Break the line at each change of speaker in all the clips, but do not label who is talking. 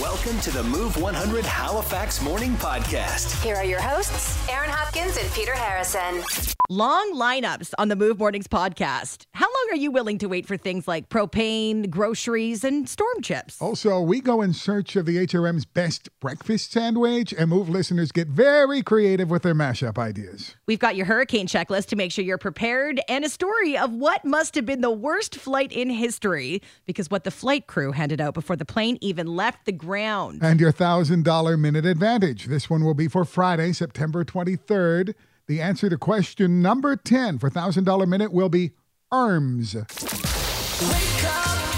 Welcome to the Move 100 Halifax Morning Podcast.
Here are your hosts, Aaron Hopkins and Peter Harrison.
Long lineups on the Move Mornings podcast. How long are you willing to wait for things like propane, groceries, and storm chips?
Also, we go in search of the HRM's best breakfast sandwich, and Move listeners get very creative with their mashup ideas.
We've got your hurricane checklist to make sure you're prepared and a story of what must have been the worst flight in history because what the flight crew handed out before the plane even left the ground.
And your $1,000 minute advantage. This one will be for Friday, September 23rd. The answer to question number 10 for $1,000 minute will be arms.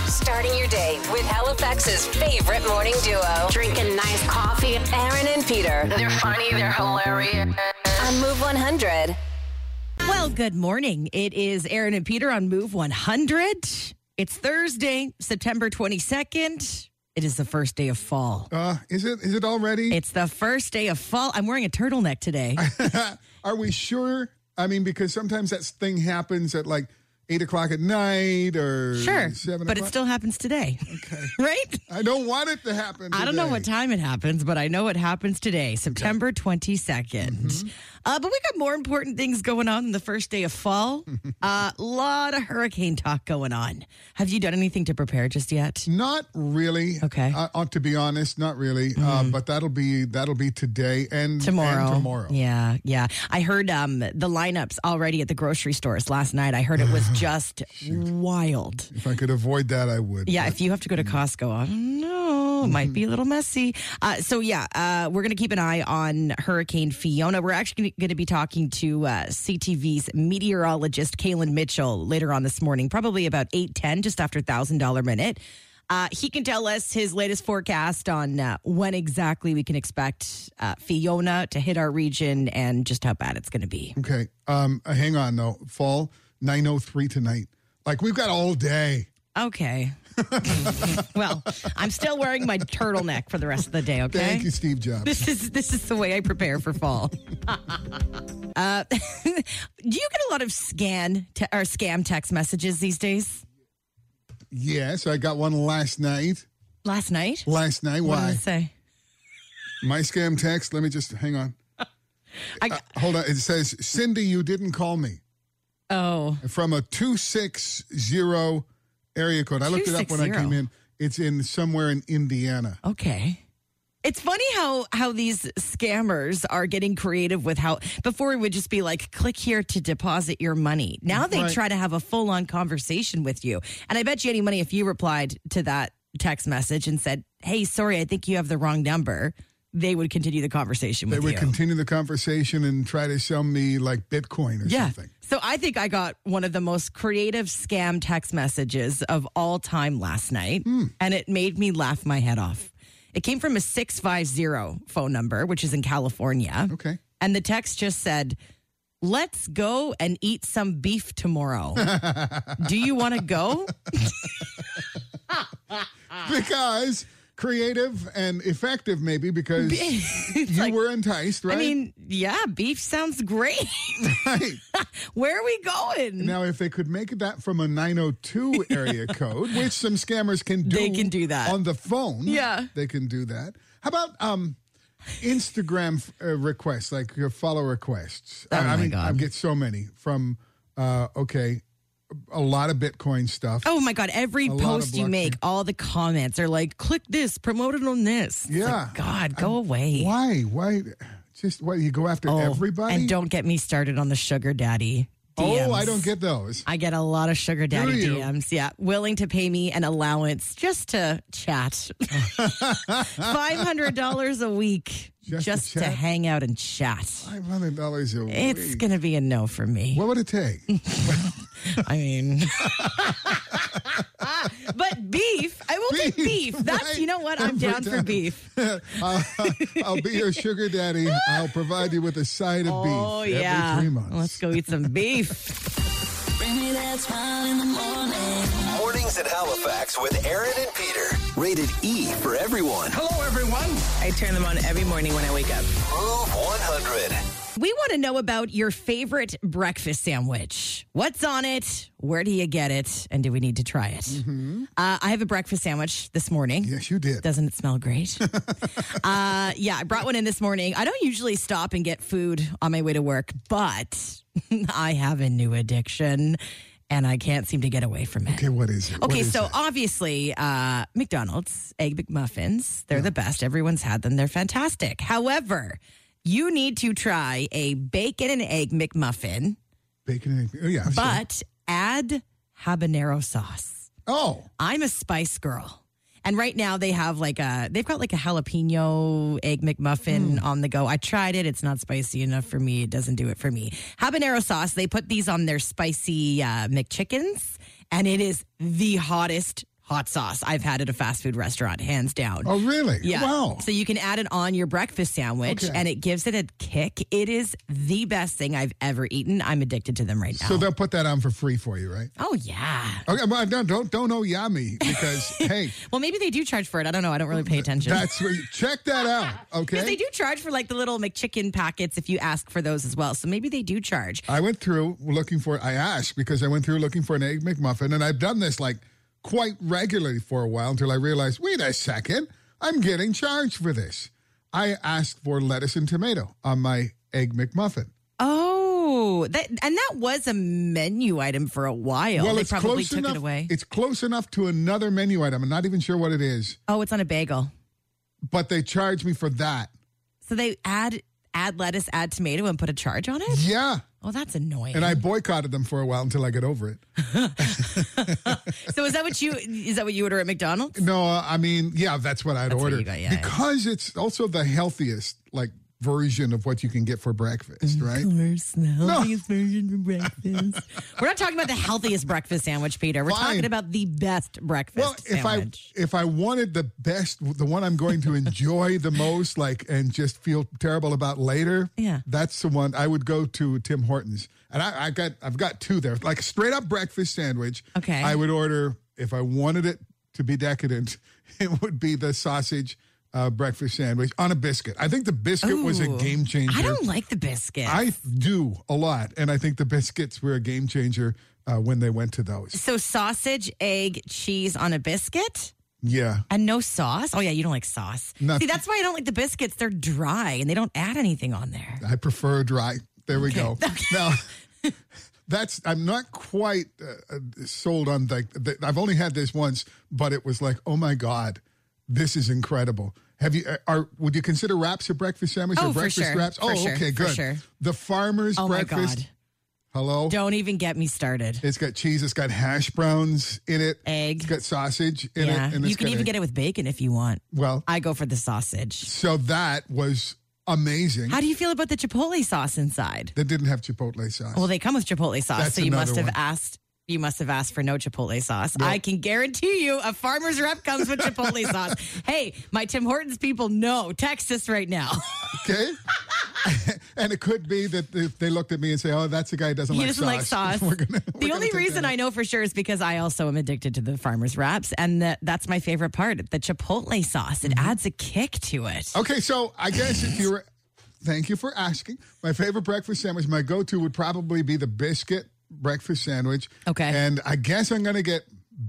Starting your day with Halifax's favorite morning duo. Drinking nice coffee, Aaron and Peter.
They're funny, they're hilarious.
On Move 100.
Well, good morning. It is Aaron and Peter on Move 100. It's Thursday, September 22nd. It is the first day of fall.
Uh, is it is it already?
It's the first day of fall. I'm wearing a turtleneck today.
Are we sure? I mean, because sometimes that thing happens at like eight o'clock at night or
Sure.
seven
But it
o'clock.
still happens today. Okay. right?
I don't want it to happen.
I don't know
today.
what time it happens, but I know it happens today, September 22nd.
Mm-hmm.
Uh, but we got more important things going on than the first day of fall. A lot of hurricane talk going on. Have you done anything to prepare just yet?
Not really.
Okay. Mm-hmm.
I ought to be honest, not really. Uh, but that'll be that'll be today and
Tomorrow.
And tomorrow.
Yeah, yeah. I heard um, the lineups already at the grocery stores last night. I heard it was just wild.
If I could avoid that, I would.
Yeah, if you have to go to
Mm-hmm.
Costco, I don't know. It might be a little messy. Uh, so, yeah, uh, we're going to keep an eye on Hurricane Fiona. We're actually going to be talking to uh, CTV's meteorologist, Kalen Mitchell, later on this morning, probably about 8.10, just after $1,000 minute. Uh, he can tell us his latest forecast on uh, when exactly we can expect uh, Fiona to hit our region and just how bad it's going to be.
Okay. Um. uh, Hang on though. Fall nine oh three tonight. Like we've got all day.
Okay. well, I'm still wearing my turtleneck for the rest of the day, okay?
Thank you, Steve Jobs.
This is this is the way I prepare for fall. uh, do you get a lot of scan te- or scam text messages these days?
yes, I got one last night.
Last night,
Last night.
what did
Why?
it say?
My scam text. Let me just hang on.
I,
Uh, hold on. It says, Cindy, you didn't call me
oh,
from a 260 area code. I looked it up when I
260.
came in. It's in somewhere in Indiana.
okay. It's funny how how these scammers are getting creative with how before it would just be like click here to deposit your money. Now they
Right.
try to have a full on conversation with you, and I bet you any money if you replied to that text message and said, "Hey, sorry, I think you have the wrong number," they would continue the conversation
They
with
would
you.
continue the conversation and try to sell me like Bitcoin or something.
So I think I got one of the most creative scam text messages of all time last night,
Hmm.
and it made me laugh my head off. It came from a 650 phone number, which is in California.
Okay.
And the text just said, Let's go and eat some beef tomorrow. Do you want to go? Ah.
Because creative and effective, maybe, because
It's
you
like-
were enticed, right?
I mean, yeah, beef sounds great.
right.
Where are we going?
Now, if they could make that from a 902 area code, which some scammers can do,
They can do that.
on the phone.
Yeah.
they can do that. How about um, Instagram uh, requests, like your follow requests? I, I
Oh my
mean, I
God.
get so many from uh, okay, a lot of Bitcoin stuff.
Oh my God. Every
lot of
post you
blockchain.
make, all the comments are like, click this, promote it on this. It's like,
Yeah.
God, go away.
Why? Why? Just why you go after
Oh,
everybody?
And don't get me started on the sugar daddy. DMs.
oh, I don't get those.
I get a lot of sugar daddy
you?
DMs. Yeah. Willing to pay me an allowance just to chat. $500 a week
Just
just,
to
to,
chat?
hang out and chat.
Five hundred dollars a
It's
week.
going to be a no for me.
What would it take?
I mean, but beef. I will take
Beef,
beef. That's
right?
you know what. I'm
Every
down for
time.
beef.
I'll, I'll be your sugar daddy. I'll provide you with a side of beef
Oh
every
yeah.
three months.
Let's go eat some beef.
Mornings at Halifax with Aaron and Peter. Rated E for everyone.
Hello, everyone. I turn them on every morning when I wake up.
Move 100.
We want to know about your favorite breakfast sandwich. What's on it? Where do you get it? And do we need to try it? Uh, I have a breakfast sandwich this morning.
Mm-hmm. Yes, you did.
Doesn't it smell great? uh, yeah, I brought one in this morning. I don't usually stop and get food on my way to work, but I have a new addiction and I can't seem to get away from it.
Okay, what is it? What
Okay,
is
so
it?
obviously, uh, McDonald's egg McMuffins, they're the best. Everyone's had them, they're fantastic. However, you need to try a bacon and egg McMuffin,
bacon and oh, yeah. sure.
but add habanero sauce.
oh,
I'm a spice girl. And right now they have like a they've got like a jalapeno egg
Hmm.
McMuffin on the go. I tried it; it's not spicy enough for me. It doesn't do it for me. Habanero sauce. They put these on their spicy uh, McChickens, and it is the hottest hot sauce I've had at a fast food restaurant, hands down.
oh, really?
Yeah.
Wow.
So you can add it on your breakfast sandwich,
Okay.
and it gives it a kick. It is the best thing I've ever eaten. I'm addicted to them right now.
So they'll put that on for free for you, right?
oh yeah.
Okay, well, don't don't don't know Yami because hey,
Well, maybe they do charge for it. I don't know. I don't really pay attention.
that's where you check that out. Okay,
Because they do charge for like the little McChicken packets if you ask for those as well. So maybe they do charge.
I went through looking for. I asked because I went through looking for an egg McMuffin, and I've done this like quite regularly for a while until I realized, wait a second, I'm getting charged for this. I asked for lettuce and tomato on my egg McMuffin.
Oh, that and that was a menu item for a while. Oh, they probably took
enough.
it away.
It's close enough to another menu item. I'm not even sure what it is,
oh, it's on a bagel.
but they charged me for that.
So they add add lettuce, add tomato, and put a charge on it.
Yeah,
Oh, that's annoying.
and I boycotted them for a while until I got over it.
so is that what you is that what you order at McDonald's?
No, uh, I mean, yeah, that's what I'd
That's what
order
you got, yeah, yeah.
because it's also the healthiest like version of what you can get for
Mm-hmm.
breakfast, right?
course, the healthiest version for breakfast. We're not talking about the healthiest breakfast sandwich, Peter. We're
Fine.
talking about the best breakfast
Well, if I
sandwich.
if I wanted the best, the one I'm going to enjoy the most, like and just feel terrible about later,
Yeah.
that's the one I would go to Tim Hortons, and I, I got I've got two there, like a straight up breakfast sandwich.
Okay.
I would order if I wanted it to be decadent, it would be the sausage. Uh, breakfast sandwich on a biscuit. I think the biscuit was a
Ooh.
game changer.
I don't like the biscuit.
I do a lot, and I think the biscuits were a game changer uh, when they went to those.
So sausage, egg, cheese on a biscuit
Yeah,
and no sauce. Oh yeah, you don't like sauce.
Not-
See, that's why I don't like the biscuits. They're dry and they don't add anything on there.
I prefer dry. There we go. Now, that's I'm not quite uh, uh, sold on like the, I've only had this once, but it was like, oh my god, this is incredible. Have you uh, are would you consider wraps a breakfast sandwich
Oh,
or
for
breakfast
sure.
wraps?
For
oh,
sure.
okay,
For
good.
sure.
The farmer's
Oh my
breakfast.
god.
Hello.
Don't even get me started.
It's got cheese. It's got hash browns in it.
Egg.
It's got sausage in
yeah.
it. And it's
you can
got
even
egg.
get it with bacon if you want.
well.
I go for the sausage.
So that was amazing.
How do you feel about the chipotle sauce inside?
that didn't have chipotle sauce.
Well, they come with chipotle sauce,
That's
so you must
another
have
one.
asked you must have asked for no chipotle sauce. I can guarantee you a farmer's rep comes with chipotle sauce. Hey, my Tim Hortons people know. Text us right now.
okay. and it could be that if they looked at me and say, "Oh, that's the guy who doesn't
He
like
doesn't like sauce.
We're gonna- we're
the
gonna
only
take
reason
that
I know for sure is because I also am addicted to the farmer's wraps, and that that's my favorite part the chipotle sauce. It adds a kick to it.
out. Mm-hmm. Okay, so I guess if you were, thank you for asking. My favorite breakfast sandwich, my go-to would probably be the biscuit breakfast sandwich.
Okay.
And I guess I'm gonna get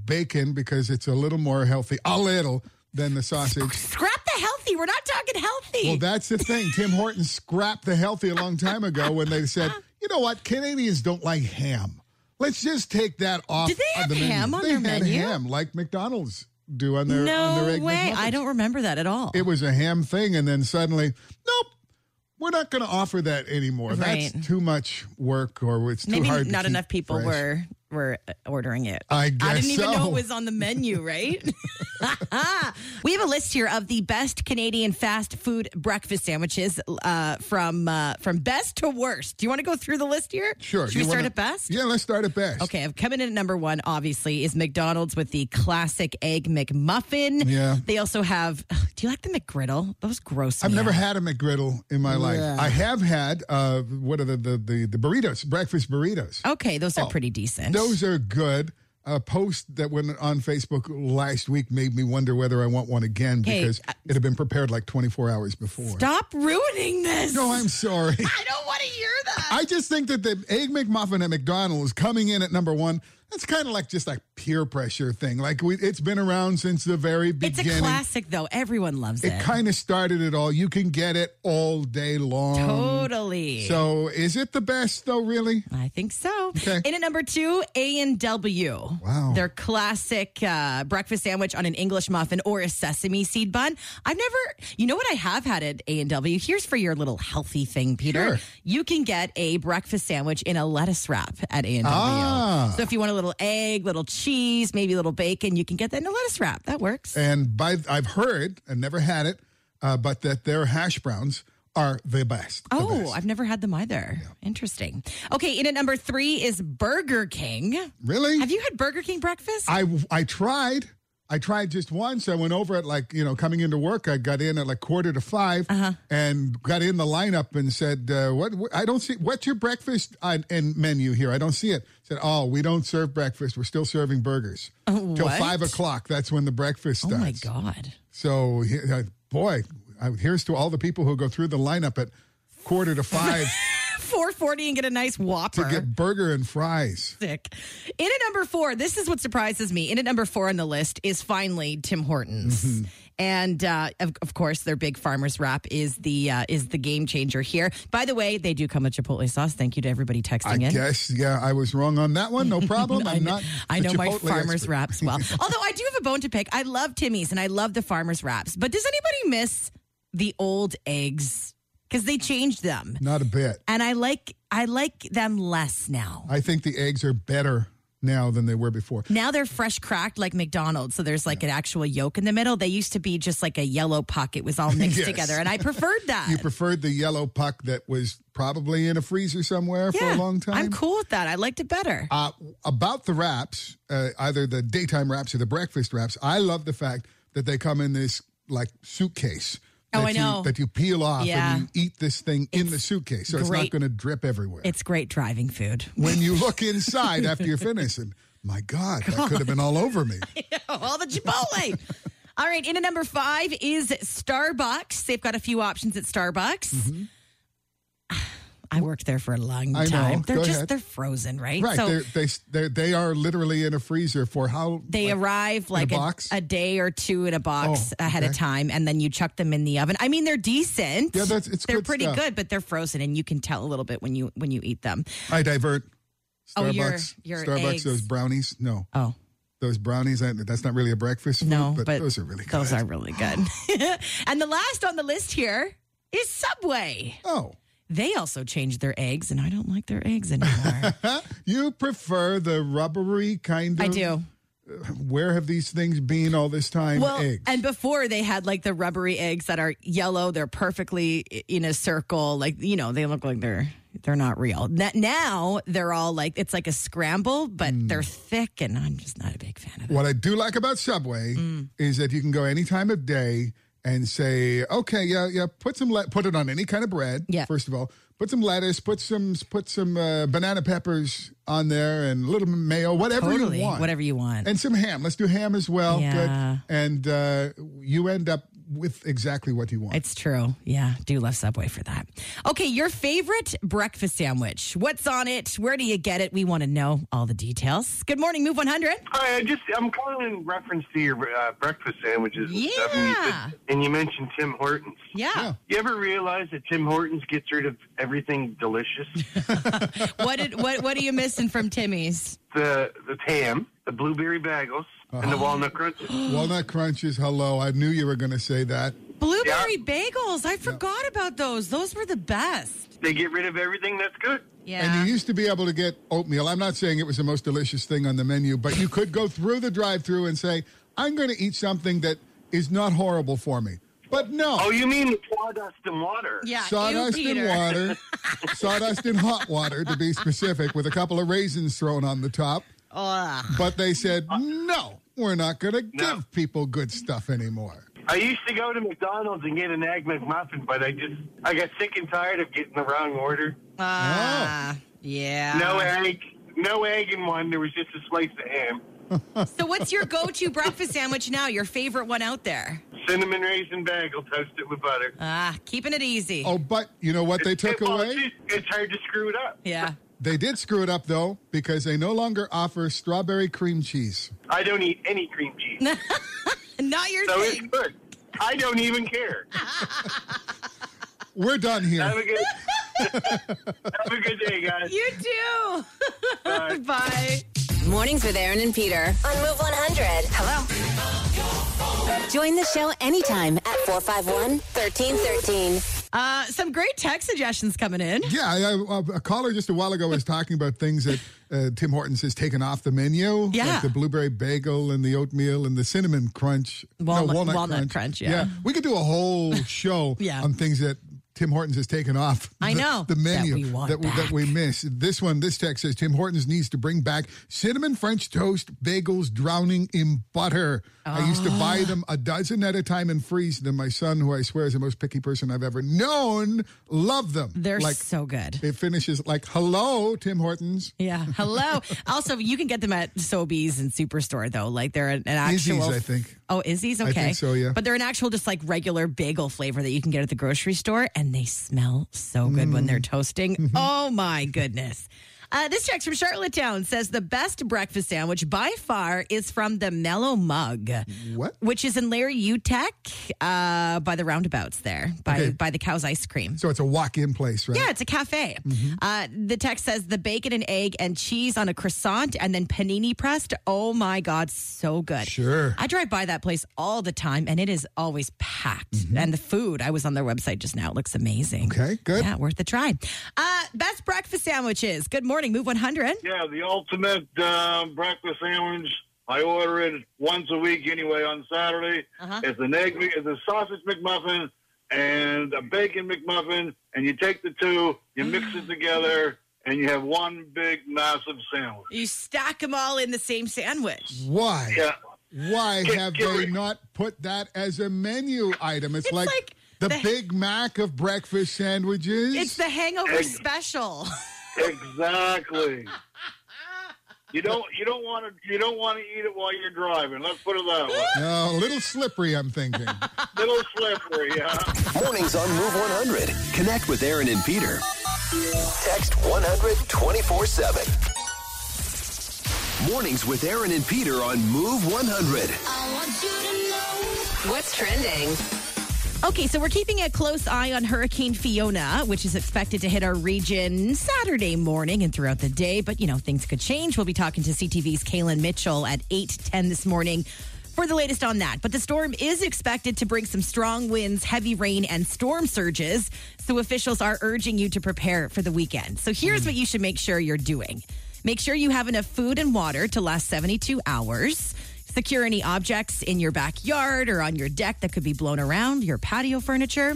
bacon because it's a little more healthy, a little than the sausage.
Scrap the healthy. We're not talking healthy.
Well, that's the thing. Tim Hortons scrapped the healthy a long time ago when they said, you know what, Canadians don't like ham. Let's just take that off.
Did they
of
have
the menu.
ham on
they
their
had
menu?
Ham like McDonald's do on their on
no
their egg
way.
McMuffins.
I don't remember that at all.
It was a ham thing, and then suddenly, nope. We're not going to offer that anymore.
Right.
That's too much work, or it's too
Maybe
hard. to
not
keep
enough people
fresh.
were were ordering it.
I
I
guess
didn't even know
so.
it was on the menu, right? we have a list here of the best Canadian fast food breakfast sandwiches uh, from uh, from best to worst. Do you want to go through the list here?
Sure.
Should
you
we start
wanna-
at best?
Yeah, let's start at best.
Okay, I've coming in at number one, obviously, is McDonald's with the classic egg McMuffin.
Yeah.
They also have, do you like the McGriddle? Those gross.
I've
me
never
out.
had a McGriddle in my life.
Yeah.
I have had uh, what are the, the the the burritos, breakfast burritos.
Okay, Oh, those are pretty decent.
Those are good. a post that went on Facebook last week made me wonder whether I want one again
Hey,
because
uh,
it had been prepared like 24 hours before.
Stop ruining this.
No, I'm sorry.
I don't want to hear that.
I just think that the egg McMuffin at McDonald's coming in at number one. That's kind of like just like peer pressure thing. Like we, it's been around since the very
It's a
beginning.
classic, though. Everyone loves it.
It kind of started it all. You can get it all day long.
Totally.
So is it the best though? Really?
I think so.
Okay.
In at number two, A and W.
Wow.
Their classic uh, breakfast sandwich on an English muffin or a sesame seed bun. I've never, you know what I have had at A and W. Here's for your little healthy thing, Peter.
Sure.
You can get a breakfast sandwich in a lettuce wrap at A and W.
Ah.
So if you want a little egg, little cheese, maybe a little bacon, you can get that in a lettuce wrap. That works.
And by I've heard and never had it, uh, but that their hash browns are the best. the
Oh,
best.
I've never had them either. Interesting. Okay, in at number three is Burger King.
really?
Have you had Burger King breakfast?
I I tried. I tried just once. I went over at like you know coming into work. I got in at like quarter to 5
Uh-huh.
and got in the lineup and said, uh, "What? what- I don't see what's your breakfast on, and menu here. I don't see it." Said, "Oh, we don't serve breakfast. We're still serving burgers till
Oh, what?
five o'clock. That's when the breakfast
Oh
starts."
my god.
So he- uh, boy, I, here's to all the people who go through the lineup at quarter to five
440 and get a nice whopper.
to get burger and fries.
Sick. In at number four, this is what surprises me. In at number four on the list is finally Tim Hortons.
Mm-hmm.
And uh, of, of course, their big farmers wrap is the uh, is the game changer here. By the way, they do come with Chipotle sauce. Thank you to everybody texting
I
in.
guess, yeah, I was wrong on that one. No problem. I'm not.
I
the
know my
Chipotle
farmers
expert.
wraps well. Although I do have a bone to pick. I love Timmy's and I love the farmers wraps. But does anybody miss the old eggs? Because they changed them,
Not a bit.
and I like I like them less now.
I think the eggs are better now than they were before.
Now they're fresh cracked like McDonald's. So there's like an actual yolk in the middle. They used to be just like a yellow puck. It was all mixed
Yes.
together. And I preferred that.
You preferred the yellow puck that was probably in a freezer somewhere for
Yeah,
a long time.
I'm cool with that. I liked it better.
Uh, about the wraps, uh, either the daytime wraps or the breakfast wraps, I love the fact that they come in this like suitcase.
Oh,
that
I
you-
know.
that you peel off
Yeah.
and you eat this thing in the suitcase, so it's
great.
not going to drip everywhere.
it's great driving food.
when you look inside after you're finished, and my God, that could have been all over me.
Oh, all the Chipotle. all right. In at number five is Starbucks. They've got a few options at Starbucks. I worked there for a long
Mm-hmm. I know.
time. They're
Go
just
ahead.
they're frozen, right?
Right?
So
they're, they they're, they are literally in a freezer for how
they
like,
arrive like
a
a,
box?
a day or two in a box
Oh,
ahead of
okay.
time, and then you chuck them in the oven. I mean, they're decent.
Yeah, that's- it's
they're
good
pretty
stuff.
good, but they're frozen, and you can tell a little bit when you when you eat them.
I divert.
Oh, your-
Starbucks.
your
Starbucks.
eggs.
Those brownies. No,
Oh
those brownies. I, that's not really a breakfast. Food,
no,
but, those are really good.
those are really good. and the last on the list here is Subway.
Oh,
They also changed their eggs, and I don't like their eggs anymore.
huh? you prefer the rubbery kind of?
I do.
Where have these things been all this time?
Well,
eggs.
and before they had like the rubbery eggs that are yellow. They're perfectly i- in a circle. Like you know, they look like they're they're not real. N- Now they're all like it's like a scramble, but
Mm.
they're thick, and I'm just not a big fan of it.
what I do like about Subway
Mm.
is that you can go any time of day and say, okay, yeah, yeah, put some le- put it on any kind of bread.
Yeah.
First of all, put some lettuce, put some put some uh, banana peppers on there, and a little mayo, whatever
Totally,
you want,
whatever you want.
and some ham. Let's do ham as well.
Yeah.
Good. And uh, you end up with exactly what you want.
it's true. Yeah, do love Subway for that. Okay, your favorite breakfast sandwich. What's on it? Where do you get it? We want to know all the details. Good morning, Move 100.
Hi, I just I'm calling in reference to your uh, breakfast sandwiches and stuff. And you,
Yeah.
said, and you mentioned Tim Hortons.
Yeah.
You ever realize that Tim Hortons gets rid of everything delicious?
what did what what are you missing from Timmy's?
the the ham, the blueberry bagels, and the
Uh-huh.
walnut crunches.
Walnut crunches. Hello, I knew you were going to say that.
Blueberry bagels. I forgot about those. Those were the best.
They get rid of everything that's good.
And you used to be able to get oatmeal. I'm not saying it was the most delicious thing on the menu, but you could go through the drive-through and say, "I'm going to eat something that is not horrible for me." But no,
Oh, you mean sawdust and water?
yeah.
sawdust
you,
in
Peter.
water, sawdust in hot water, to be specific, with a couple of raisins thrown on the top. But they said, "No, we're not going to
Uh, No.
give people good stuff anymore."
I used to go to McDonald's and get an egg McMuffin, but I just I got sick and tired of getting the wrong order.
Ah, yeah. Uh-huh.
No egg, no egg in one. There was just a slice of ham.
So, what's your go to breakfast sandwich now? Your favorite one out there?
Cinnamon raisin bagel, toast it with butter.
Ah, keeping it easy.
Oh, but you know what they took
It- well,
away?
It's, just- it's hard to screw it up.
Yeah.
They did screw it up though because they no longer offer strawberry cream cheese.
I don't eat any cream cheese,
Not your
so it's
thing.
good. I don't even care.
We're done
Have
here.
a good, have a good day, guys.
You do.
Bye.
Bye.
Mornings with Aaron and Peter on Move 100. Hello. Join the show anytime at 451 1313.
Uh, some great text suggestions coming in.
Yeah, I, I, a caller just a while ago was talking about things that uh, Tim Hortons has taken off the menu,
Yeah.
like the blueberry bagel and the oatmeal and the cinnamon crunch,
Walnut- walnut crunch, yeah.
we could do a whole show
Yeah.
on things that Tim Hortons has taken off.
I
the-
know.
the menu
That we want
that, that we miss. This one, this text says Tim Hortons needs to bring back cinnamon French toast bagels drowning in butter. I used to
Ah.
buy them a dozen at a time and freeze them. My son, who I swear is the most picky person I've ever known, loved them.
They're
like
so good.
it finishes like hello, Tim Hortons.
Yeah. Hello. also, you can get them at Sobeys and Superstore though. Like they're an, an
Izzy's,
actual.
I think.
Oh, Izzy's okay.
think so, yeah.
But they're an actual, just like regular bagel flavor that you can get at the grocery store, and they smell so good when
Mm.
they're
Mm-hmm.
toasting. oh my goodness. Uh, this text from Charlottetown says the best breakfast sandwich by far is from the Mellow Mug,
What?
which is in Larry Utech uh, by the roundabouts there, by
Okay.
by the cow's ice cream.
So it's a walk-in place, right?
Yeah, it's a cafe.
Mm-hmm.
Uh, the text says the bacon and egg and cheese on a croissant and then panini pressed. Oh my God, so good.
Sure.
I drive by that place all the time and it is always packed. And the food, I was on their website just now, it looks amazing.
Mm-hmm. Okay, good.
Yeah, worth a try. Uh, best breakfast sandwiches. Good morning, Move 100.
Yeah, the ultimate uh, breakfast sandwich. I order it once a week anyway on Saturday.
Uh-huh.
It's an egg, it's a sausage McMuffin and a bacon McMuffin, and you take the two, you mix it together, and you have one big massive sandwich.
You stack them all in the same sandwich.
Why?
Yeah,
Why
Get-
have
get
they
rid-
not put that as a menu item? It's,
It's
like,
like
the,
the-
Big Mac of breakfast sandwiches.
It's the hangover
Egg.
special.
exactly. You don't you don't want to you don't want to eat it while you're driving. Let's put it that way.
No, a little slippery, I'm thinking.
Little slippery, yeah.
Mornings on Move 100. Connect with Aaron and Peter. Text 100 24 7. Mornings with Aaron and Peter on Move 100.
What's trending?
Okay, so we're keeping a close eye on Hurricane Fiona, which is expected to hit our region Saturday morning and throughout the day. But you know, things could change. We'll be talking to CTV's Kaylin Mitchell at eight ten this morning for the latest on that. But the storm is expected to bring some strong winds, heavy rain, and storm surges. So officials are urging you to prepare for the weekend. So here's what you should make sure you're doing: make sure you have enough food and water to last 72 hours. Secure any objects in your backyard or on your deck that could be blown around, your patio furniture.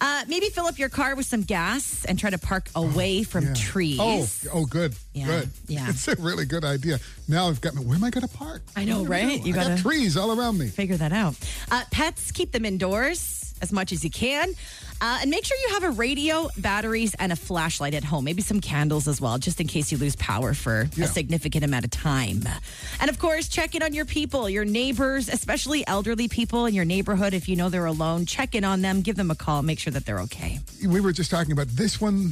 Uh, maybe fill up your car with some gas and try to park away from
Yeah.
trees.
Oh, oh, good,
Yeah,
good.
yeah.
it's a really good idea. Now I've got. Where am I going to park?
I know, right? You
I got
gotta
trees all around me.
figure that out. Uh, pets, keep them indoors as much as you can. Uh, and make sure you have a radio, batteries, and a flashlight at home. Maybe some candles as well, just in case you lose power for a
Yeah.
significant amount of time. And of course, check in on your people, your neighbors, especially elderly people in your neighborhood. If you know they're alone, check in on them, give them a call, make sure that they're okay.
we were just talking about this one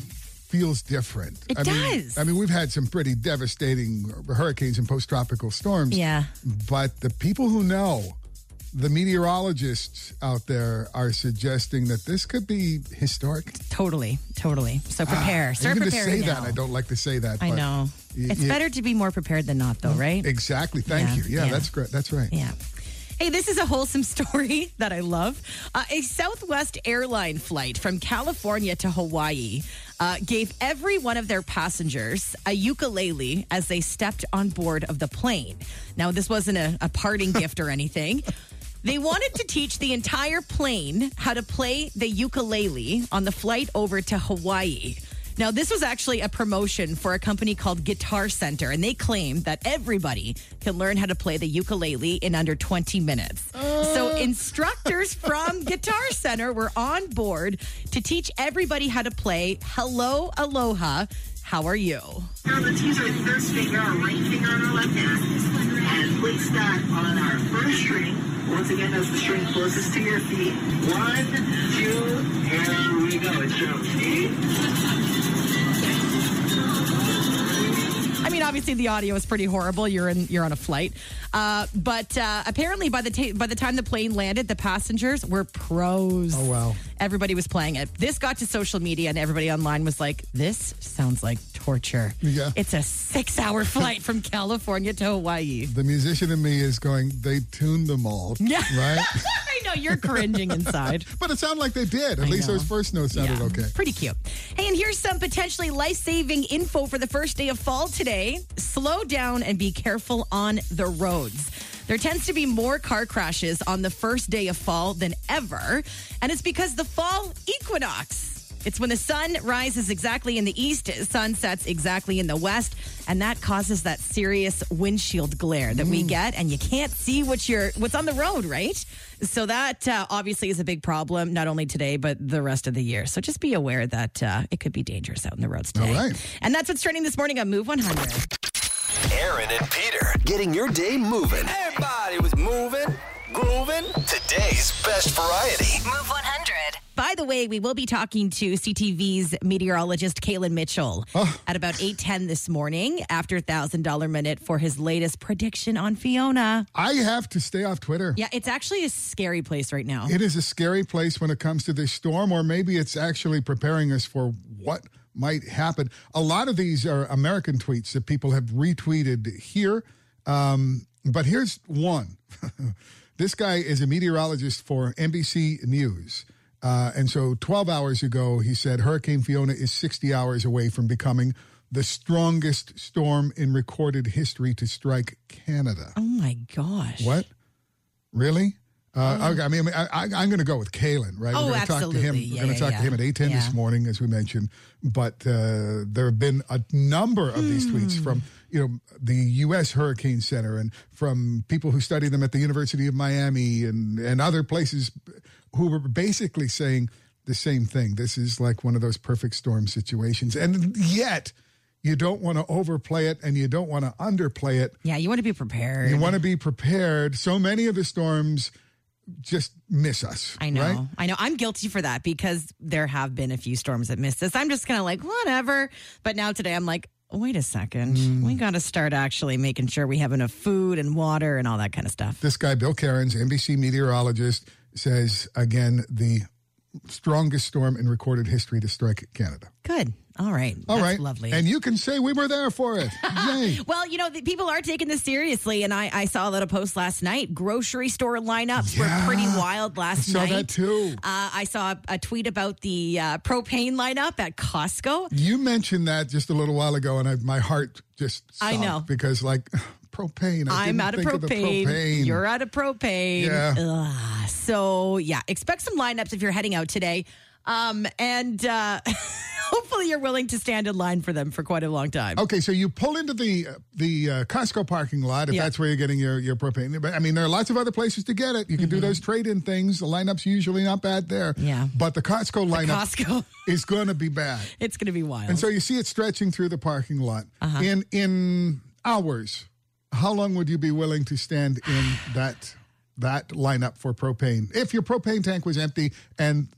feels different.
It
I mean,
does.
I mean, we've had some pretty devastating hurricanes and post tropical storms.
Yeah.
But the people who know, the meteorologists out there are suggesting that this could be historic.
Totally, totally. So
Ah,
prepare. Start
Even to
preparing.
say
now.
that, I don't like to say that.
I
but
know.
y-
It's
y-
better to be more prepared than not, though, right?
Exactly. Thank
Yeah,
you. Yeah,
yeah.
that's great. That's right.
Yeah. Hey, this is a wholesome story that I love. Uh, a Southwest airline flight from California to Hawaii uh, gave every one of their passengers a ukulele as they stepped on board of the plane. Now, this wasn't a, a parting gift or anything. They wanted to teach the entire plane how to play the ukulele on the flight over to Hawaii. Now, this was actually a promotion for a company called Guitar Center, and they claim that everybody can learn how to play the ukulele in under 20 minutes. So, instructors from Guitar Center were on board to teach everybody how to play Hello, Aloha, How Are You?
Now the teacher's first finger or right finger on her left hand. And we start on our first string. Once again, that's the string closest to your feet. One, two, and we go. It jumps eight.
I mean, obviously the audio is pretty horrible. You're in, you're on a flight, uh, but uh, apparently by the ta- by the time the plane landed, the passengers were pros.
Oh, wow.
Everybody was playing it. This got to social media, and everybody online was like, "This sounds like torture."
Yeah.
it's a six-hour flight from California to Hawaii.
The musician in me is going, they tuned them all.
Yeah.
Right?
I know you're cringing inside.
but it sounded like they did. At
I
least
know.
those first notes sounded
Yeah,
okay.
Pretty cute. Hey, and here's some potentially life saving info for the first day of fall today. Slow down and be careful on the roads. There tends to be more car crashes on the first day of fall than ever, and it's because the fall equinox. It's when the sun rises exactly in the east, sun sets exactly in the west, and that causes that serious windshield glare that we get, and you can't see what you're what's on the road, right? So that uh, obviously is a big problem, not only today but the rest of the year. So just be aware that uh, it could be dangerous out in the roads today.
right.
And that's what's trending this morning on Move 100.
Aaron and Peter getting your day moving. Everybody was moving, grooving. Today's best variety.
Move 100.
By the way, we will be talking to CTV's meteorologist Kaylin Mitchell at about 8:10 this morning after $1000 minute for his latest prediction on Fiona.
I have to stay off Twitter.
Yeah, it's actually a scary place right now.
It is a scary place when it comes to this storm, or maybe it's actually preparing us for what might happen. A lot of these are American tweets that people have retweeted here. Um, but here's one. this guy is a meteorologist for NBC News. Uh, and so 12 hours ago, he said Hurricane Fiona is 60 hours away from becoming the strongest storm in recorded history to strike Canada.
Oh my gosh.
What? Really? Uh, okay, I mean, I, I, I'm going to go with Kalen, right?
Um, Oh,
We're gonna Talk to him.
absolutely. Yeah,
We're going
yeah,
to talk
yeah.
to him at 8:10
Yeah.
this morning, as we mentioned. But uh, there have been a number of these
Hmm.
tweets from you know the U.S. Hurricane Center and from people who study them at the University of Miami and and other places who were basically saying the same thing. This is like one of those perfect storm situations, and yet you don't want to overplay it and you don't want to underplay it.
Yeah, you want to be prepared.
You want to be prepared. So many of the storms just miss us.
I know.
right?
I know. I'm guilty for that because there have been a few storms that missed us. I'm just kind of like, whatever. But now today I'm like, wait a second.
Mm.
We got to start actually making sure we have enough food and water and all that kind of stuff.
This guy, Bill Cairns, NBC meteorologist, says again the strongest storm in recorded history to strike Canada.
Good. All right.
All right,
That's Lovely.
And you can say we were there for it. Yay.
Well, you know, the people are taking this seriously, and I, I saw a little post last night. Grocery store lineups were
Yeah.
pretty wild last
saw
night.
that too.
Uh, I saw a, a tweet about the uh, propane lineup at Costco.
You mentioned that just a little while ago, and I, my heart just
I
stopped
know.
because like propane. I
I'm
didn't
out of
think
propane.
the propane.
You're out of propane.
Yeah.
Ugh. So yeah, expect some lineups if you're heading out today, um, and uh, hopefully you're willing to stand in line for them for quite a long time.
Okay, so you pull into the the uh, Costco parking lot if
Yeah.
that's where you're getting your your propane. But I mean, there are lots of other places to get it. You can do those trade-in things. The lineup's usually not bad there.
Mm-hmm. Yeah.
But the Costco lineup
Costco.
is going to be bad,
It's going to be wild.
and so you see it stretching through the parking lot
Uh-huh.
in in hours. How long would you be willing to stand in that that lineup for propane if your propane tank was empty and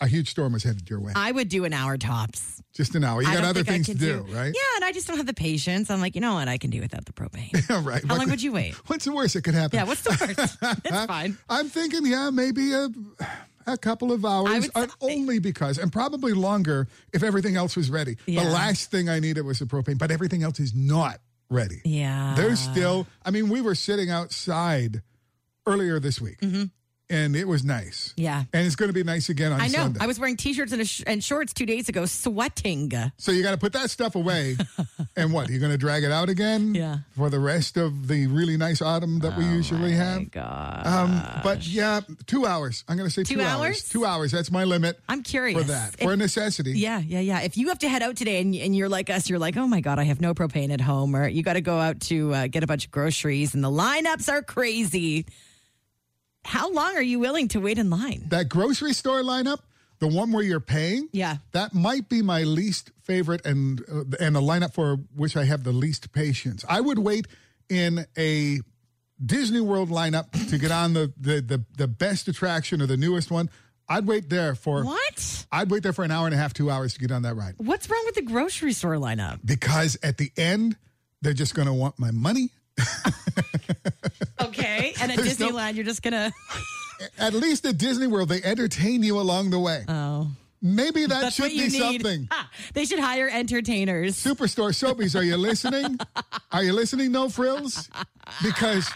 a huge storm was headed your way?
I would do an hour tops.
Just an hour. You
I
got
don't
other
think I
things to
can
do, right?
Yeah, and I just don't have the patience. I'm like, you know what? I can do without the propane.
Yeah, right.
How
What
long
the-
would you wait?
What's the worst that could happen?
Yeah, what's the worst? it's fine.
I'm thinking, yeah, maybe a, a couple of hours,
would
and only because, and probably longer if everything else was ready.
Yeah.
The last thing I needed was the propane, but everything else is not ready.
Yeah.
There's still, I mean, we were sitting outside earlier this week, and it was nice.
Mm-hmm. Yeah.
And it's going to be nice again on
I know.
Sunday.
I was wearing t-shirts and, a sh- and shorts two days ago, sweating.
so you got to put that stuff away. and what? You're going to drag it out again
Yeah. Oh
for the rest of the really nice autumn that we usually have?
God.
Um, but yeah, two hours. I'm going to say
Two
two,
hours?
Two hours. That's my limit.
I'm curious.
for that
If-
for a necessity.
yeah, yeah, yeah. If you have to head out today and, and you're like us, you're like, oh my God, I have no propane at home, or you got to go out to uh, get a bunch of groceries and the lineups are crazy. How long are you willing to wait in line?
That grocery store lineup, the one where you're paying.
Yeah.
That might be my least favorite, and uh, and the lineup for which I have the least patience. I would wait in a Disney World lineup to get on the, the, the, the best attraction or the newest one, I'd wait there for
What?
I'd wait there for an hour and a half, two hours to get on that ride.
What's wrong with the grocery store lineup?
Because at the end, they're just going to want my money.
Okay. And at
There's no-
Disneyland, you're just going to.
At least at Disney World, they entertain you along the way.
Oh.
Maybe that
That's
should
what
be
you need.
something.
Ah, they should hire entertainers.
Superstore Sobeys, are you listening? Are you listening, No Frills? Because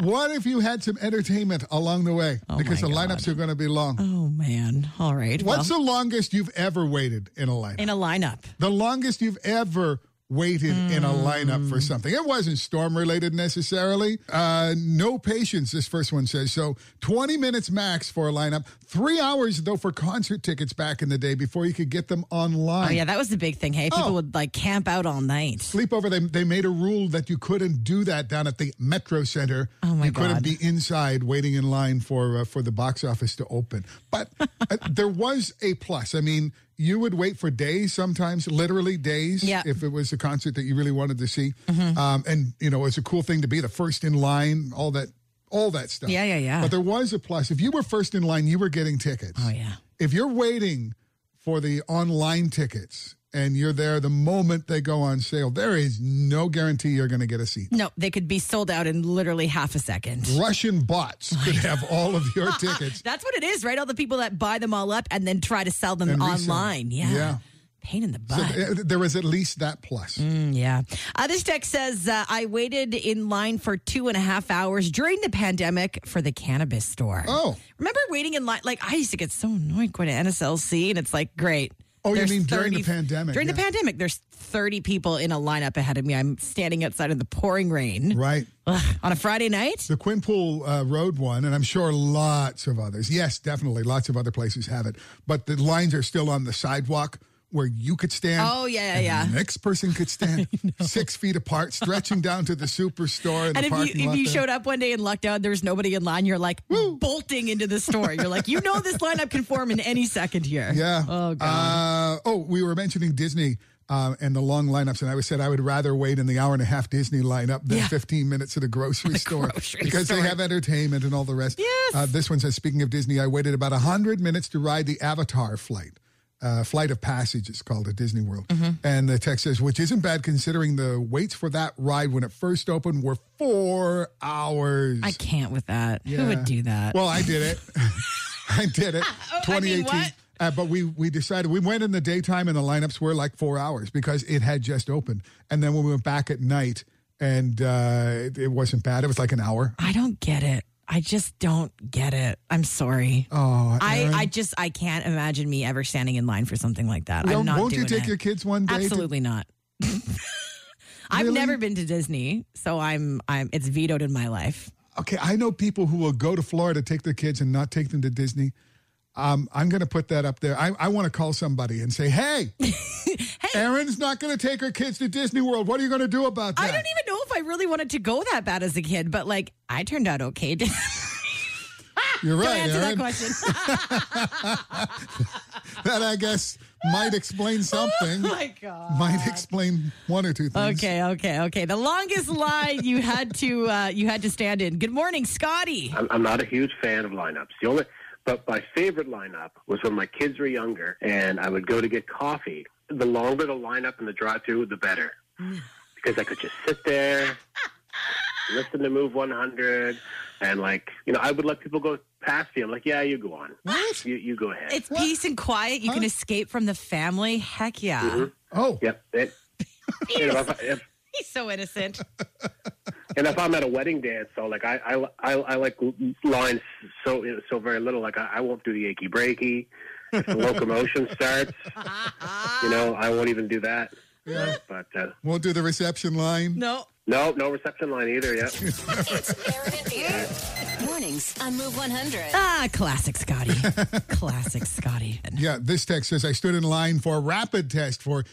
what if you had some entertainment along the way? because the lineups are going to be long.
Oh, man. All right.
What's
well,
the longest you've ever waited in a lineup?
in a lineup?
the longest you've ever waited in a lineup
Mm.
for something. It wasn't storm related necessarily. Uh, no patience, this first one says. So 20 minutes max for a lineup, three hours though for concert tickets back in the day before you could get them online.
Oh, yeah. That was the big thing. Hey, people
Oh.
would like camp out all night.
Sleepover, they, they made a rule that you couldn't do that down at the Metro Center.
Oh, my
you
God.
couldn't be inside waiting in line for uh, for the box office to open. But uh, there was a plus. I mean, you would wait for days, sometimes literally days,
Yeah. Mm-hmm.
if it was a concert that you really wanted to see. Um, and you know, it was a cool thing to be the first in line. All that, all that stuff.
Yeah, yeah, yeah.
But there was a plus. If you were first in line, you were getting tickets
Oh, yeah.
if you're waiting for the online tickets and you're there the moment they go on sale, there is no guarantee you're going to get a seat.
No, they could be sold out in literally half a second.
Russian bots could have all of your tickets.
That's what it is, right? All the people that buy them all up and then try to sell them
And resell.
online. Yeah.
Yeah.
Pain in the butt.
So uh, there was at least that plus.
Yeah. Uh, this text says uh, I waited in line for two and a half hours during the pandemic for the cannabis store.
Oh.
Remember waiting in line? Like, I used to get so annoyed going to NSLC, and it's like, great.
Oh, you
There's
mean during the pandemic,
During the
yeah.
pandemic, there's 30 people in a lineup ahead of me. I'm standing outside in the pouring rain
Right.
Ugh, on a Friday night.
The Quinpool uh, Road one, and I'm sure lots of others. Yes, definitely. Lots of other places have it. But the lines are still on the sidewalk where you could stand.
Oh, yeah,
and
yeah.
The next person could stand six feet apart, stretching down to the superstore. And,
And
the
if
parking
you if
lot
you
there.
showed up one day and lucked out, there was nobody in line. You're like bolting into the store. You're like, you know, this lineup can form in any second here.
Yeah.
Oh god.
Uh, oh, we were mentioning Disney uh, and the long lineups, and I said I would rather wait in the hour and a half Disney lineup than
Yeah.
15 minutes at a grocery store
grocery
because they
store.
have entertainment and all the rest.
Yes.
Uh, this one says, speaking of Disney, I waited about 100 minutes to ride the Avatar flight. Uh, Flight of Passage, it's called at Disney World.
Mm-hmm.
And the text says, which isn't bad considering the waits for that ride when it first opened were four hours.
I can't with that. Who
Yeah.
would do that?
Well, I did it. I did it.
Oh, I mean,
2018.
what?
Uh, but we we decided we went in the daytime and the lineups were like four hours because it had just opened. And then when we went back at night and uh, it, it wasn't bad. It was like an hour.
I don't get it. I just don't get it. I'm sorry.
Oh,
I,
Aaron,
I just I can't imagine me ever standing in line for something like that.
won't-
I'm not.
won't you
doing it.
take your kids one day? to-
Absolutely not. I've
Really?
never been to Disney, so I'm I'm it's vetoed in my life.
okay, I know people who will go to Florida, take their kids, and not take them to Disney. Um, I'm going to put that up there. I, I want to call somebody and say, hey, Erin's not going to take her kids to Disney World. What are you going to do about that?
I don't even know if I really wanted to go that bad as a kid, but like I turned out okay. Don't
You're right,
e- answer that
Erin.
question.
that I guess might explain something.
Oh my God.
Might explain one or two things.
Okay, okay, okay. The longest line you had to uh, you had to stand in. Good morning, Scotty.
I'm, I'm not a huge fan of lineups. The only, but my favorite lineup was when my kids were younger, and I would go to get coffee. The longer the lineup in the drive-through, the better, because I could just sit there, listen to Move 100, and like you know, I would let people go past me. I'm like, yeah, you go on,
What?
you you go ahead.
It's peace and quiet. You can
Huh?
escape from the family. Heck yeah.
Oh,
yep. It, you know, if, I- if,
He's so innocent.
and if I'm at a wedding dance, so like I I, I, I like lines so so very little. Like I, I won't do the achy breaky. If the locomotion starts, you know I won't even do that.
Yeah.
But uh,
Won't do the reception line.
no.
no, no reception line either. Yeah.
It's Aaron and Peter. Mornings on Move 100.
Ah, classic Scotty. classic Scotty.
Yeah, this text says I stood in line for a rapid test for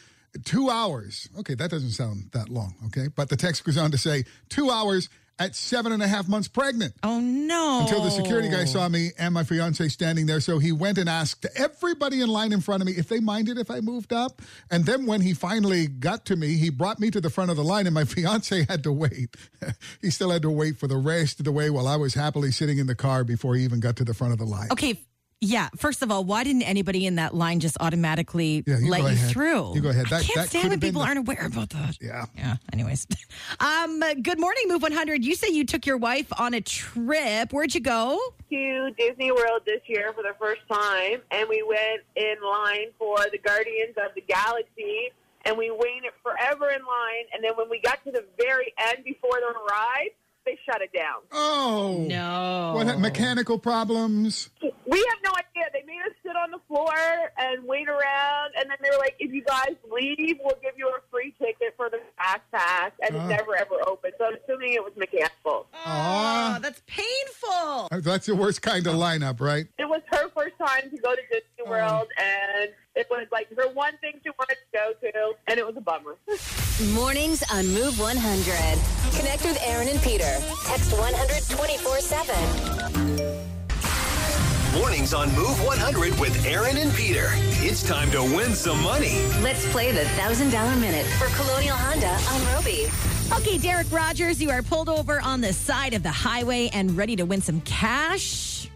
two hours. Okay, that doesn't sound that long. Okay, but the text goes on to say two hours at seven and a half months pregnant.
Oh no!
Until the security guy
Oh.
saw me and my fiance standing there. So he went and asked everybody in line in front of me if they minded if I moved up. And then when he finally got to me, he brought me to the front of the line and my fiance had to wait. he still had to wait for the rest of the way while I was happily sitting in the car before he even got to the front of the line.
Okay. Yeah. First of all, why didn't anybody in that line just automatically
Yeah, you
let
go
you
ahead.
through?
You go ahead. That-
I can't stand
that could've
when
been
people
the-
aren't aware about that.
Yeah.
Yeah. Anyways, um, good morning, Move One Hundred. You say you took your wife on a trip. Where'd you go?
to Disney World this year for the first time, and we went in line for the Guardians of the Galaxy, and we waited forever in line. And then when we got to the very end before the ride, they shut it down.
Oh.
No.
What ha- mechanical problems?
We have no idea. They made us sit on the floor and wait around, and then they were like, "If you guys leave, we'll give you a free ticket for the fast pass." And
Ah.
it never ever opened. So I'm assuming it was mechanical.
Uh,
Oh, that's painful.
That's the worst kind of lineup, right?
It was her first time to go to Disney World, and it was like her one thing she wanted to go to, and it was a bummer.
Mornings on Move 100. Connect with Aaron and Peter. Text 124 7.
Mornings on Move 100 with Aaron and Peter. It's time to win some money.
Let's play the $1,000 minute for Colonial Honda on Roby.
Okay, Derek Rogers, you are pulled over on the side of the highway and ready to win some cash.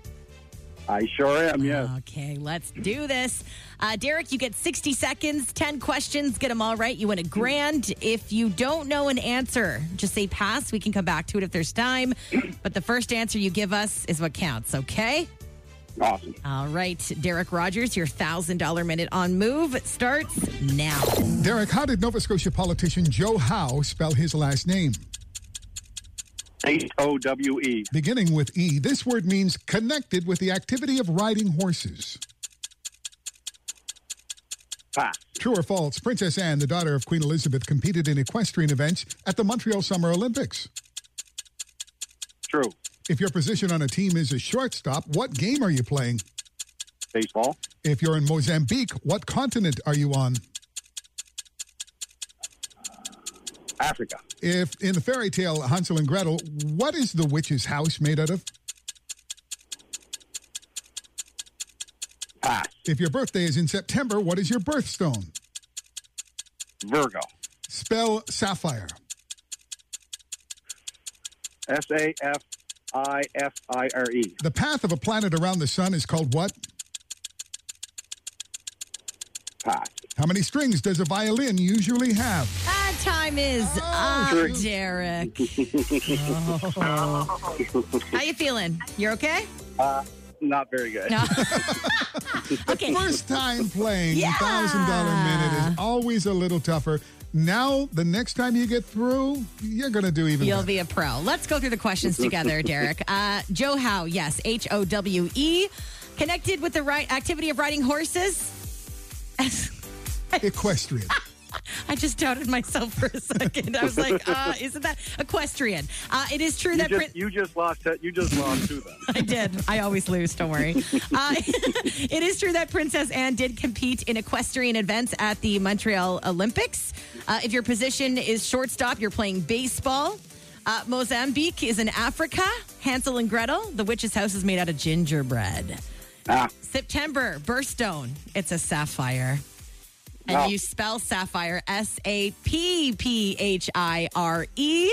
I sure am, yes.
Okay, let's do this. Uh, Derek, you get 60 seconds, 10 questions, get them all right. You win a grand. If you don't know an answer, just say pass. We can come back to it if there's time. But the first answer you give us is what counts, okay?
Awesome.
All right, Derek Rogers, your $1,000 minute on move starts now.
Derek, how did Nova Scotia politician Joe Howe spell his last name?
H O W E.
Beginning with E, this word means connected with the activity of riding horses.
Pass.
True or false, Princess Anne, the daughter of Queen Elizabeth, competed in equestrian events at the Montreal Summer Olympics.
True.
If your position on a team is a shortstop, what game are you playing?
Baseball.
If you're in Mozambique, what continent are you on?
Africa.
If in the fairy tale Hansel and Gretel, what is the witch's house made out of?
Pass.
If your birthday is in September, what is your birthstone?
Virgo.
Spell sapphire.
S A F I F I R E.
The path of a planet around the sun is called what?
Pass.
How many strings does a violin usually have?
That time is
Oh.
up, Derek. Oh. How you feeling? You're okay?
Not very good.
No. okay.
First time playing
Yeah.
thousand dollar minute is always a little tougher. Now, the next time you get through, you're gonna do even
You'll
better.
be a pro. Let's go through the questions together, Derek. Uh, Joe Howe, yes, H O W E, connected with the right activity of riding horses.
equestrian.
I just doubted myself for a second. I was like, uh, isn't that equestrian? Uh, it is true that
You
Prin-
just, you just lost. To, you just lost to them.
I did. I always lose. Don't worry. Uh, it is true that Princess Anne did compete in equestrian events at the Montreal Olympics. Uh, if your position is shortstop, you're playing baseball. Uh, Mozambique is in Africa. Hansel and Gretel, the witch's house is made out of gingerbread.
Ah.
September, birthstone, it's a sapphire. And you spell sapphire S A P P H I R E.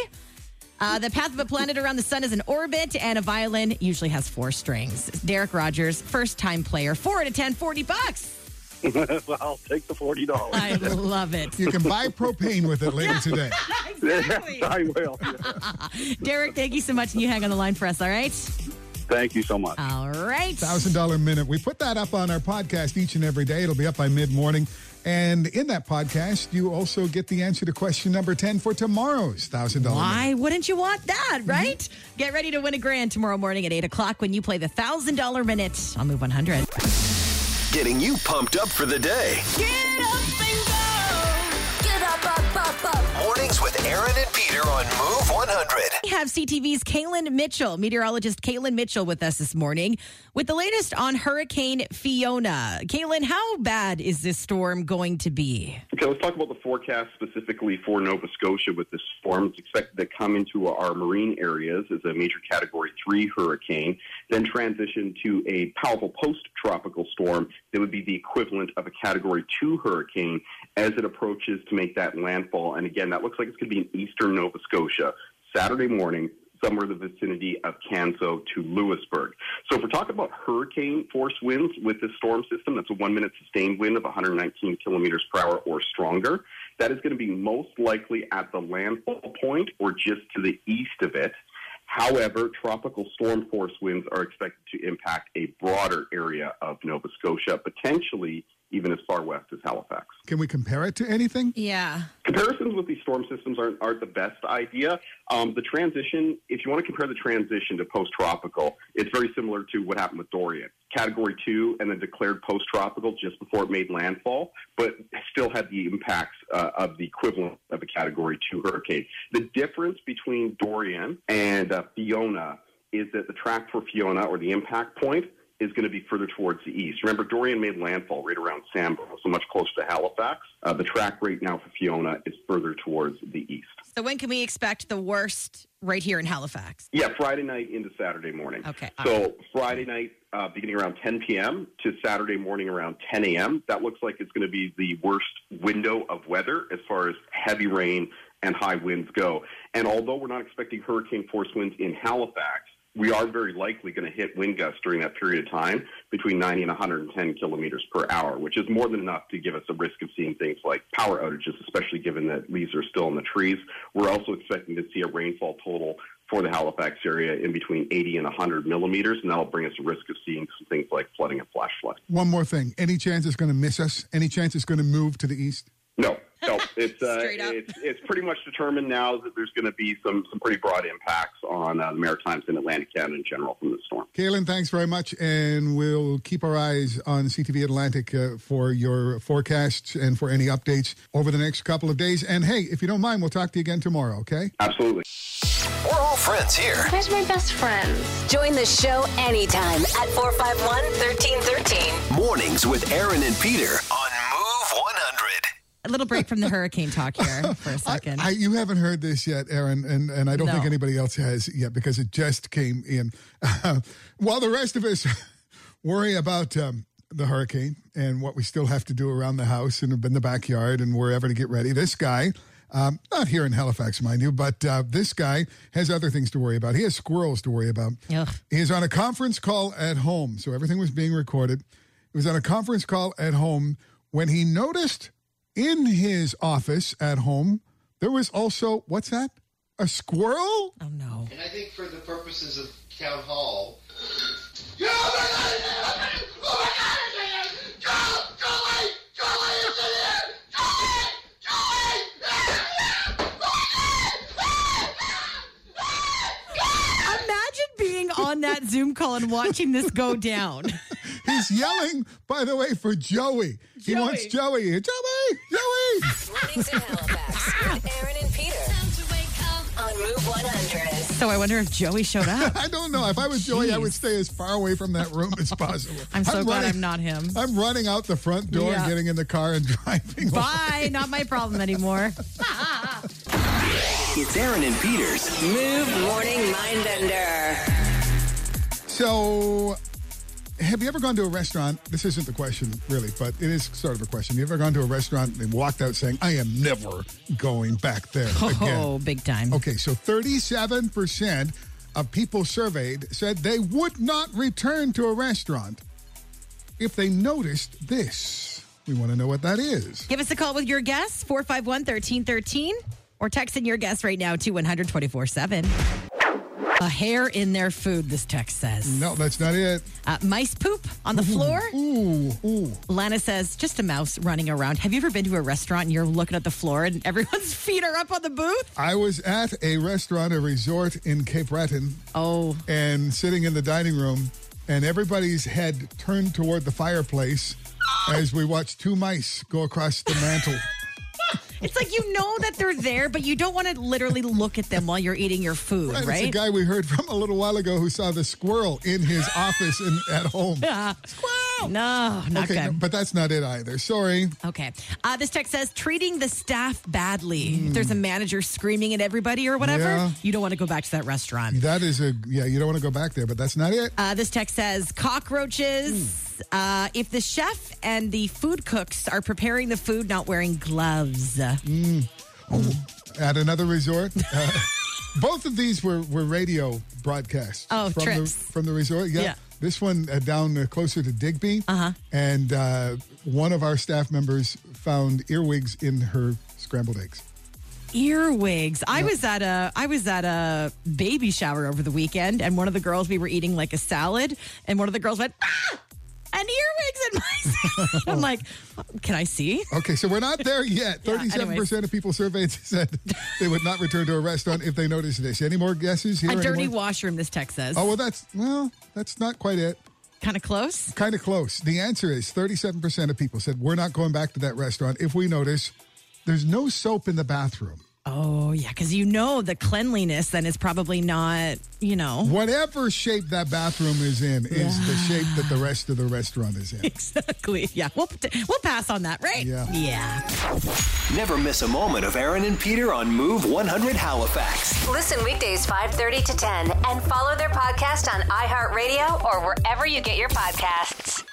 Uh, the path of a planet around the sun is an orbit, and a violin usually has four strings. Derek Rogers, first time player, four out of 10, 40 bucks.
well, I'll take the forty dollars.
I love it.
You can buy propane with it later today.
Exactly.
I will.
Derek, thank you so much, and you hang on the line for us, all right?
Thank you so much.
All right.
Thousand dollar minute. We put that up on our podcast each and every day. It'll be up by mid morning. And in that podcast, you also get the answer to question number 10 for tomorrow's thousand dollar minute.
Why wouldn't you want that, right? Get ready to win a grand tomorrow morning at 8 o'clock when you play the $1,000 minute on Move 100.
Getting you pumped up for the day.
Get up, up, up, up.
Mornings with Aaron and Peter on Move 100.
We have CTV's Caitlin Mitchell, meteorologist Caitlin Mitchell, with us this morning with the latest on Hurricane Fiona. Caitlin, how bad is this storm going to be?
Okay, let's talk about the forecast specifically for Nova Scotia with this storm. It's expected to come into our marine areas as a major Category 3 hurricane, then transition to a powerful post tropical storm that would be the equivalent of a Category 2 hurricane as it approaches to make that landfall. And again, that looks like it's going to be in eastern Nova Scotia Saturday morning. Somewhere in the vicinity of Canso to Lewisburg. So, if we're talking about hurricane force winds with this storm system, that's a one minute sustained wind of 119 kilometers per hour or stronger. That is going to be most likely at the landfall point or just to the east of it. However, tropical storm force winds are expected to impact a broader area of Nova Scotia, potentially even as far west as Halifax.
Can we compare it to anything?
Yeah.
Comparisons with these storm systems aren't, aren't the best idea. Um, the transition, if you want to compare the transition to post tropical, it's very similar to what happened with Dorian. Category two and then declared post tropical just before it made landfall, but still had the impacts uh, of the equivalent of a category two hurricane. The difference between Dorian and uh, Fiona is that the track for Fiona or the impact point is going to be further towards the east. Remember, Dorian made landfall right around Sambro, so much closer to Halifax. Uh, the track right now for Fiona is further towards the east.
So, when can we expect the worst right here in Halifax?
Yeah, Friday night into Saturday morning.
Okay.
So Friday night, uh, beginning around 10 p.m. to Saturday morning around 10 a.m. That looks like it's going to be the worst window of weather as far as heavy rain and high winds go. And although we're not expecting hurricane force winds in Halifax, we are very likely going to hit wind gusts during that period of time between 90 and 110 kilometers per hour, which is more than enough to give us a risk of seeing things like power outages, especially given that leaves are still in the trees. We're also expecting to see a rainfall total for the Halifax area in between 80 and 100 millimeters, and that'll bring us a risk of seeing some things like flooding and flash flooding.
One more thing. Any chance it's going to miss us? Any chance it's going to move to the east?
No, no, it's uh,
Straight up.
it's it's pretty much determined now that there's going to be some some pretty broad impacts on uh, the Maritimes and Atlantic Canada in general from this storm.
Kaylin, thanks very much. And we'll keep our eyes on CTV Atlantic uh, for your forecasts and for any updates over the next couple of days. And hey, if you don't mind, we'll talk to you again tomorrow, okay?
Absolutely.
We're all friends here.
Where's my best friends?
Join the show anytime at 451 1313.
Mornings with Aaron and Peter on Move 100.
A little break from the hurricane talk here for a second.
I, you haven't heard this yet, Aaron, and, and I don't
No.
think anybody else has yet because it just came in. while the rest of us worry about um, the hurricane and what we still have to do around the house and in the backyard and wherever to get ready, this guy, um, not here in Halifax, mind you, but uh, this guy has other things to worry about. He has squirrels to worry about.
Ugh.
He is on a conference call at home, so everything was being recorded. He was on a conference call at home when he noticed in his office at home there was also what's that? A
oh,
squirrel?
no.
And I think for the purposes of town hall.
Imagine being on that Zoom call and watching this go down.
He's yelling, by the way, for Joey. He
Joey.
wants Joey. Joey! Joey!
Mornings in Halifax with Aaron and Peter. On Move 100.
So I wonder if Joey showed up.
I don't know. If I was Joey, I would stay as far away from that room as possible.
I'm so glad
running-
I'm not him.
I'm running out the front door,
Yeah.
getting in the car, and driving.
Bye. Not my problem anymore.
It's Aaron and Peter's
Move Morning Mindbender.
So, have you ever gone to a restaurant? This isn't the question, really, but it is sort of a question. You ever gone to a restaurant and walked out saying, I am never going back there again?
Oh, big time.
Okay, so 37% of people surveyed said they would not return to a restaurant if they noticed this. We want to know what that is.
Give us a call with your guess, 451 1313, or text in your guess right now to 124 7. A hair in their food, this text says.
No, that's not it.
Uh, mice poop on the floor.
Ooh, ooh.
Lana says, just a mouse running around. Have you ever been to a restaurant and you're looking at the floor and everyone's feet are up on the booth?
I was at a restaurant, a resort in Cape Breton,
Oh,
and sitting in the dining room, and everybody's head turned toward the fireplace as we watched two mice go across the mantle.
It's like you know that they're there, but you don't want to literally look at them while you're eating your food,
Right,
right?
It's a guy we heard from a little while ago who saw the squirrel in his office in, at home.
Ah, Squirrel! Uh, No, not
okay,
good.
no, but that's not it either. Sorry.
Okay. Uh, this text says treating the staff badly. If there's a manager screaming at everybody or whatever,
Mm. Yeah.
you don't want to go back to that restaurant.
That is a yeah. You don't want to go back there, but that's not it.
Uh, this text says
Mm.
cockroaches. Uh, if the chef and the food cooks are preparing the food, not wearing gloves.
At another resort, uh, both of these were were radio broadcasts.
Oh,
from
trips.
the from the resort. Yeah.
Yeah.
This one uh, down uh, closer to Digby, uh-huh. and uh, one of our staff members found earwigs in her scrambled eggs.
Earwigs. I was at a I was at a baby shower over the weekend, and one of the girls we were eating like a salad, and one of the girls went ah, an earwigs in my salad. I'm like, can I see?
Okay, so we're not there yet.
Yeah,
Thirty-seven percent
anyways.
of people surveyed said they would not return to a restaurant if they noticed this. Any more guesses here?
a dirty
Anyone?
washroom. This text says.
Oh well, that's well, that's not quite it.
Kind of close.
Kind of close. The answer is thirty-seven percent of people said we're not going back to that restaurant if we notice there's no soap in the bathroom.
Oh yeah, because you know the cleanliness then is probably not you know
Whatever shape that bathroom is in is the shape that the rest of the restaurant is in.
exactly. Yeah, we'll we'll pass on that, right?
Yeah.
Yeah.
Never miss a moment of Aaron and Peter on Move 100 Halifax.
Listen weekdays 5:30 to 10 and follow their podcast on iHeartRadio or wherever you get your podcasts.